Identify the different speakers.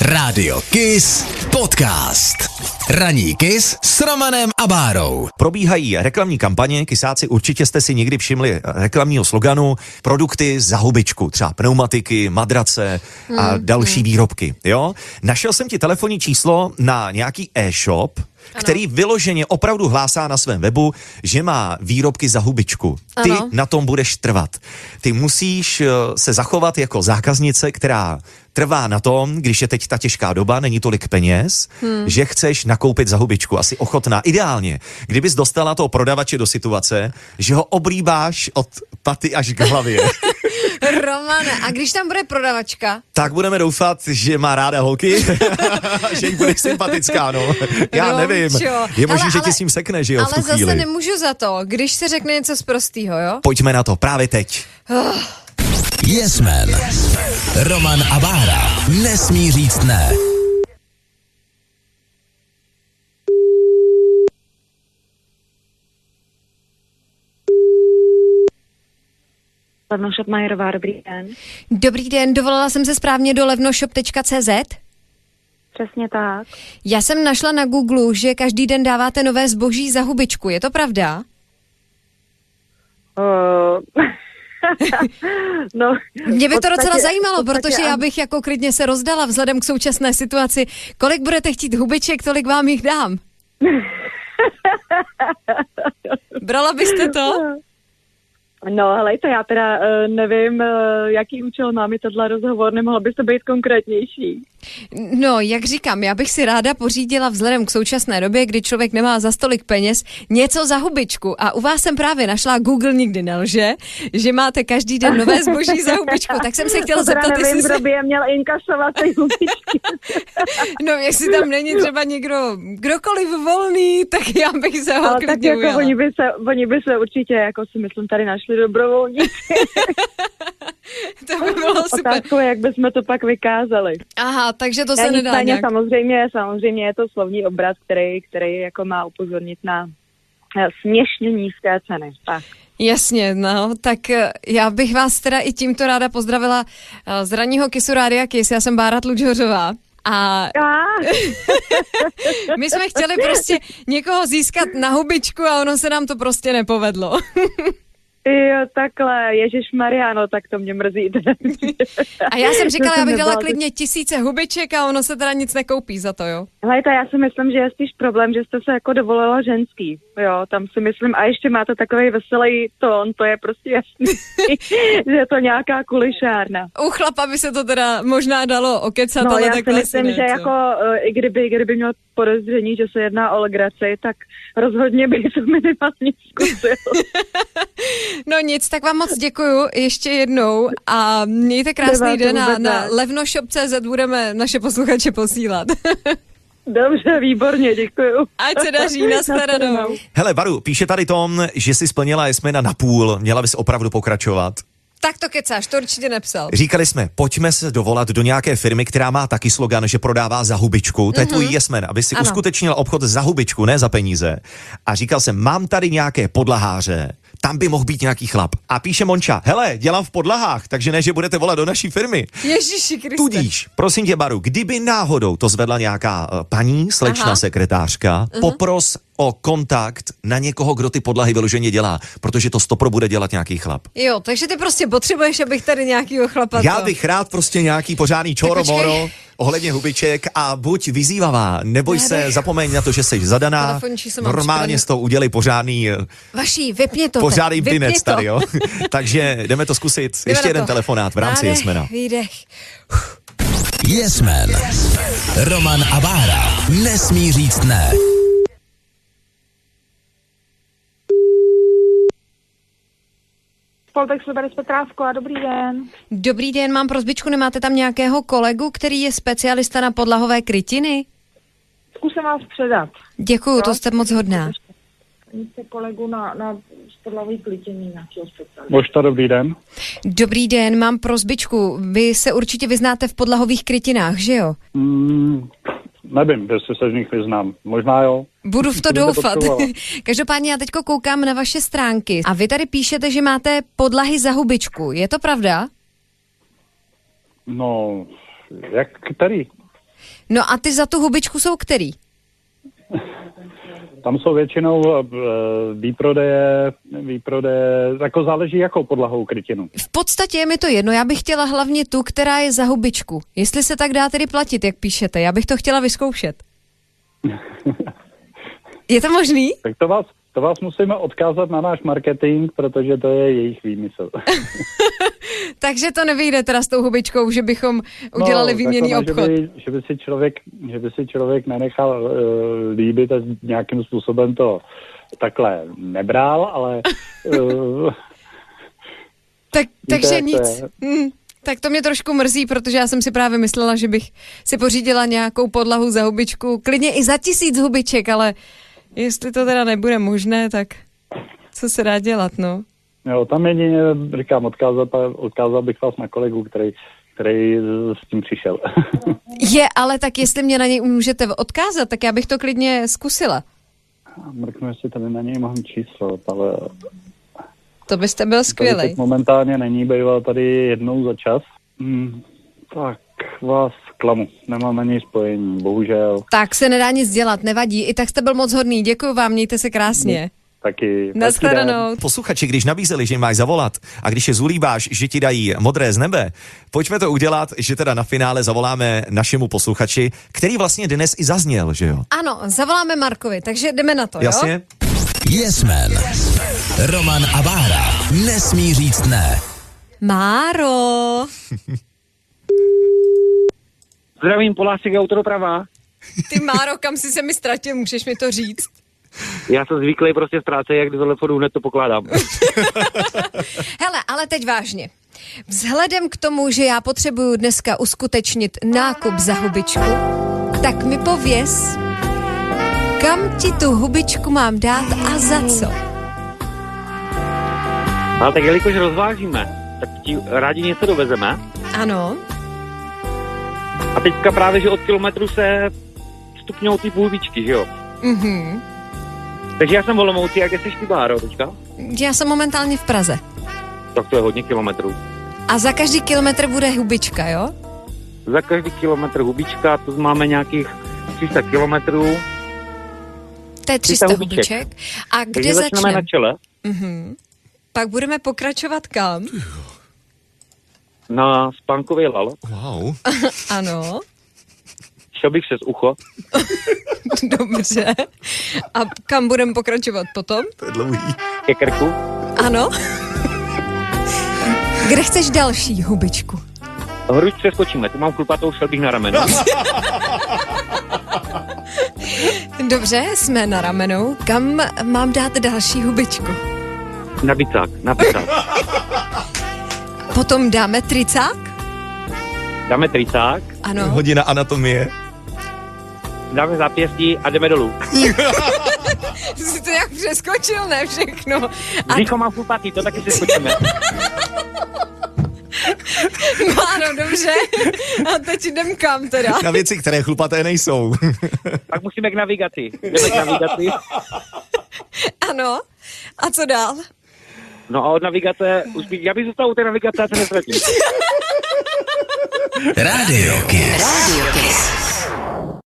Speaker 1: Rádio KIS Podcast. Raní KIS s Romanem a Bárou.
Speaker 2: Probíhají reklamní kampaně, kysáci určitě jste si někdy všimli reklamního sloganu, produkty za hubičku, třeba pneumatiky, madrace a další výrobky, jo? Našel jsem ti telefonní číslo na nějaký e-shop, který vyloženě opravdu hlásá na svém webu, že má výrobky za hubičku. Ty
Speaker 3: Ano.
Speaker 2: na tom budeš trvat. Ty musíš eh, se zachovat jako zákaznice, která trvá na tom, když je teď ta těžká doba, není tolik peněz, hmm. že chceš nakoupit za hubičku. Asi ochotná. Ideálně, kdybys dostala toho prodavače do situace, že ho oblíbáš od paty až k hlavě.
Speaker 3: Romane, a když tam bude prodavačka?
Speaker 2: Tak budeme doufat, že má ráda holky, že jí budeš sympatická, no. Já
Speaker 3: Romčo.
Speaker 2: nevím. Je
Speaker 3: Hele,
Speaker 2: možné, že tě
Speaker 3: ale-
Speaker 2: s tím sekneš, že jo, v tu
Speaker 3: Ale zase
Speaker 2: chvíli.
Speaker 3: nemůžu za to, když se řekne něco z prostýho, jo?
Speaker 2: Pojďme na to právě teď.
Speaker 1: Yes man. Roman a Bára nesmí říct ne.
Speaker 4: Levnošat Majerová, dobrý den.
Speaker 3: Dobrý den, dovolala jsem se správně do levnoshop.cz.
Speaker 4: Přesně tak.
Speaker 3: Já jsem našla na Google, že každý den dáváte nové zboží za hubičku, je to pravda?
Speaker 4: Uh... no,
Speaker 3: Mě by to
Speaker 4: v podstatě-
Speaker 3: docela zajímalo,
Speaker 4: v podstatě
Speaker 3: protože já
Speaker 4: ano.
Speaker 3: bych jako klidně se rozdala vzhledem k současné situaci. Kolik budete chtít hubiček, tolik vám jich dám. Brala byste to?
Speaker 4: No, helejte, já teda uh, nevím, uh, jaký účel má mi tenhle rozhovor, nemohlo by to být konkrétnější.
Speaker 3: No, jak říkám, já bych si ráda pořídila vzhledem k současné době, kdy člověk nemá za stolik peněz, něco za hubičku. A u vás jsem právě našla, Google nikdy nelže, že máte každý den nové zboží za hubičku. Tak jsem se chtěla
Speaker 4: To teda
Speaker 3: zeptat,
Speaker 4: nevím,
Speaker 3: jestli,
Speaker 4: kdo
Speaker 3: se,
Speaker 4: by je měl inkasovat ty hubičky.
Speaker 3: no, jestli tam není třeba někdo, kdokoliv volný, tak já bych se ho
Speaker 4: Ale tak
Speaker 3: klidně
Speaker 4: jako
Speaker 3: ujala.
Speaker 4: oni by, se, oni by se určitě, jako si myslím, tady našli dobrovolníci.
Speaker 3: To by bylo super.
Speaker 4: Otázkou je, jako jak bychom to pak vykázali.
Speaker 3: Aha, takže to
Speaker 4: Já
Speaker 3: se nedá
Speaker 4: nicméně
Speaker 3: nějak.
Speaker 4: samozřejmě, samozřejmě je to slovní obraz, který, který jako má upozornit na eh, směšně nízké ceny. Tak.
Speaker 3: Jasně, no, tak eh, já bych vás teda i tímto ráda pozdravila eh, z ranního Kisu Rádia Kis, já jsem Bára Tlučhořová. A
Speaker 4: A,
Speaker 3: My jsme chtěli prostě někoho získat na hubičku a ono se nám to prostě nepovedlo.
Speaker 4: jo, takhle, Ježíš Mariano, tak to mě mrzí.
Speaker 3: A já jsem říkala,
Speaker 4: To
Speaker 3: já bych
Speaker 4: nebyla
Speaker 3: dala klidně tisíce hubiček a ono se teda nic nekoupí za to, jo.
Speaker 4: Hlejte, já si myslím, že je spíš problém, že jste se jako dovolila ženský. Jo, tam si myslím, a ještě máte takový veselý tón, to je prostě jasný, že je to nějaká kulišárna.
Speaker 3: U chlapa by se to teda možná dalo okecat,
Speaker 4: No,
Speaker 3: ale
Speaker 4: já si
Speaker 3: takhle asi
Speaker 4: myslím,
Speaker 3: ne,
Speaker 4: že
Speaker 3: co?
Speaker 4: jako, eh, i kdyby, kdyby měl podezření, že se jedná o legraci, tak rozhodně by to minimálně zkusil.
Speaker 3: No nic, tak vám moc děkuju ještě jednou a mějte krásný
Speaker 4: Nebáte
Speaker 3: den a
Speaker 4: vůbec
Speaker 3: na
Speaker 4: ne.
Speaker 3: levnoshop.cz budeme naše posluchače posílat.
Speaker 4: Dobře, výborně, děkuju.
Speaker 3: Ať se daří, nashledanou.
Speaker 2: Hele, Varu, píše tady Tom, že jsi splnila Jesmina na půl, měla bys opravdu pokračovat.
Speaker 3: Tak to kecáš, to určitě nepsal.
Speaker 2: Říkali jsme, pojďme se dovolat do nějaké firmy, která má taky slogan, že prodává za hubičku. To je tvůj Jesmen, aby si
Speaker 3: Mhm. Ano.
Speaker 2: uskutečnil obchod za hubičku, ne za peníze. A říkal jsem, mám tady nějaké podlaháře, tam by mohl být nějaký chlap. A píše Monča, hele, dělám v podlahách, takže ne, že budete volat do naší firmy.
Speaker 3: Ježíši Kriste.
Speaker 2: Tudíž, prosím tě, Baru, kdyby náhodou to zvedla nějaká eh, paní, slečna
Speaker 3: Aha. Mhm.
Speaker 2: sekretářka, popros o kontakt na někoho, kdo ty podlahy vyloženě dělá, protože to stopro bude dělat nějaký chlap.
Speaker 3: Jo, takže ty prostě potřebuješ, abych tady nějakýho chlapa...
Speaker 2: Já
Speaker 3: to-
Speaker 2: bych rád prostě nějaký pořádný čoro
Speaker 3: počkej.
Speaker 2: moro ohledně hubiček a buď vyzývavá, neboj
Speaker 3: Já
Speaker 2: se,
Speaker 3: bych-
Speaker 2: zapomeň na to, že jsi zadaná,
Speaker 3: Telefonní číslo mám
Speaker 2: normálně
Speaker 3: připravený.
Speaker 2: s tou udělej pořádný, eh,
Speaker 3: Vaší, vypni to.
Speaker 2: pořádný
Speaker 3: teď, vypni
Speaker 2: binec
Speaker 3: to.
Speaker 2: tady, jo? Takže jdeme to zkusit.
Speaker 3: Jdeme
Speaker 2: Ještě
Speaker 3: na
Speaker 2: jeden
Speaker 3: to.
Speaker 2: telefonát v rámci
Speaker 3: Nádech,
Speaker 2: Jesmena.
Speaker 3: Výdech.
Speaker 1: Yes man. Roman a Bára nesmí říct ne.
Speaker 5: Poltek Silberes Petrávková, dobrý den.
Speaker 3: Dobrý den, mám prozbičku, nemáte tam nějakého kolegu, který je specialista na podlahové krytiny?
Speaker 5: Zkusím vás předat.
Speaker 3: Děkuju,
Speaker 6: No.
Speaker 3: to jste moc hodná.
Speaker 5: Jste kolegu na, na podlavý klitění nějakého speciálu.
Speaker 6: Bošta, dobrý den.
Speaker 3: Dobrý den, mám prozbičku. Vy se určitě vyznáte v podlahových krytinách, že jo?
Speaker 6: Mm, nevím, jestli se z nich vyznám. Možná jo.
Speaker 3: Budu v to
Speaker 6: To bych
Speaker 3: doufat.
Speaker 6: potřebovala.
Speaker 3: Každopádně já teďko koukám na vaše stránky a vy tady píšete, že máte podlahy za hubičku. Je to pravda?
Speaker 6: No, jak který?
Speaker 3: No a ty za tu hubičku jsou který?
Speaker 6: Tam jsou většinou eh, výprodeje, výprodeje, jako záleží jakou podlahou krytinu.
Speaker 3: V podstatě je mi to jedno, já bych chtěla hlavně tu, která je za hubičku. Jestli se tak dá tedy platit, jak píšete, já bych to chtěla vyzkoušet. Je to možný?
Speaker 6: Tak to vás, to vás musíme odkázat na náš marketing, protože to je jejich výmysl.
Speaker 3: Takže to nevyjde teda s tou hubičkou, že bychom udělali no, výměný
Speaker 6: takhle,
Speaker 3: obchod.
Speaker 6: Že by, že by si člověk, že by si člověk nenechal uh, líbit a nějakým způsobem to takhle nebral, ale uh,
Speaker 3: Tak,
Speaker 6: Víte,
Speaker 3: takže
Speaker 6: jak to
Speaker 3: nic. Hmm, tak to mě trošku mrzí, protože já jsem si právě myslela, že bych si pořídila nějakou podlahu za hubičku, klidně i za tisíc hubiček, ale jestli to teda nebude možné, tak co se dá dělat, no?
Speaker 6: jo, tam jedině, říkám, odkázat, odkázal bych vás na kolegu, který, který s tím přišel.
Speaker 3: Je, ale tak jestli mě na něj můžete odkázat, tak já bych to klidně zkusila.
Speaker 6: Mrknu, jestli tady na něj mám číslo, ale
Speaker 3: To byste byl
Speaker 6: tady
Speaker 3: skvělý.
Speaker 6: teď momentálně není, bývá tady jednou za čas. Hmm, tak vás klamu, nemám na něj spojení, bohužel.
Speaker 3: Tak se nedá nic dělat, nevadí. I tak jste byl moc hodný, děkuji vám, mějte se krásně.
Speaker 6: Taky. hezký den.
Speaker 3: Naschledanou.
Speaker 2: Posluchači, když nabízeli, že jim máš zavolat a když je zulíbáš, že ti dají modré z nebe, pojďme to udělat, že teda na finále zavoláme našemu posluchači, který vlastně dnes i zazněl, že jo?
Speaker 3: Ano, zavoláme Markovi, takže jdeme na to, jo?
Speaker 2: Jasně?
Speaker 1: Yes Man. Roman a Bára nesmí říct ne.
Speaker 3: Máro,
Speaker 7: Zdravím, Polásek Autodoprava.
Speaker 3: ty Máro, kam jsi se mi ztratil, můžeš mi to říct?
Speaker 7: Já jsem zvyklý prostě z práce, jak do telefonu hned to pokládám.
Speaker 3: Hele, ale teď vážně. Vzhledem k tomu, že já potřebuju dneska uskutečnit nákup za hubičku, tak mi pověz, kam ti tu hubičku mám dát a za co?
Speaker 7: Ale tak jelikož rozvážíme, tak ti rádi něco dovezeme.
Speaker 3: Ano,
Speaker 7: A teďka právě, že od kilometru se stupňou ty půlvičky, že jo?
Speaker 3: mhm.
Speaker 7: Takže já jsem v Olomouci, jak jsi ty Báro teďka?
Speaker 3: Já jsem momentálně v Praze.
Speaker 7: Tak to je hodně kilometrů.
Speaker 3: A za každý kilometr bude hubička, jo?
Speaker 7: Za každý kilometr hubička, to máme nějakých 300 kilometrů.
Speaker 3: To je 300
Speaker 7: hubiček.
Speaker 3: hubiček. A kde
Speaker 7: Takže začneme na
Speaker 3: začneme?
Speaker 7: čele.
Speaker 3: Pak budeme pokračovat kam?
Speaker 7: Na spánkový lal.
Speaker 2: Wow.
Speaker 3: Ano,
Speaker 7: Šel bych přes ucho.
Speaker 3: dobře. A kam budeme pokračovat potom?
Speaker 2: To je dlouhý.
Speaker 7: Ke krku.
Speaker 3: Ano. Kde chceš další hubičku?
Speaker 7: Hruď přeskočíme. Tu mám klupatou, šel bych na rameno.
Speaker 3: Dobře, jsme na ramenou. Kam mám dát další hubičku?
Speaker 7: Na bicák, na bicák.
Speaker 3: Potom dáme tricák?
Speaker 7: Dáme tricák.
Speaker 3: Ano.
Speaker 2: Hodina anatomie.
Speaker 7: dáme zápěstí a jdeme dolů.
Speaker 3: Jsi to jak přeskočil, ne všechno. A
Speaker 7: Zicho má chlupatý, to taky si skočíme.
Speaker 3: no, ano, dobře. A teď jdem kam teda?
Speaker 2: Na věci, které chlupaté nejsou.
Speaker 7: Pak musíme k navigaci. Jdeme k navigaci.
Speaker 3: Ano. A co dál?
Speaker 7: No a od navigace, už bych, já bych zůstal u té navigace a se neztratím.
Speaker 1: Radio Kiss.
Speaker 8: Radio Kiss.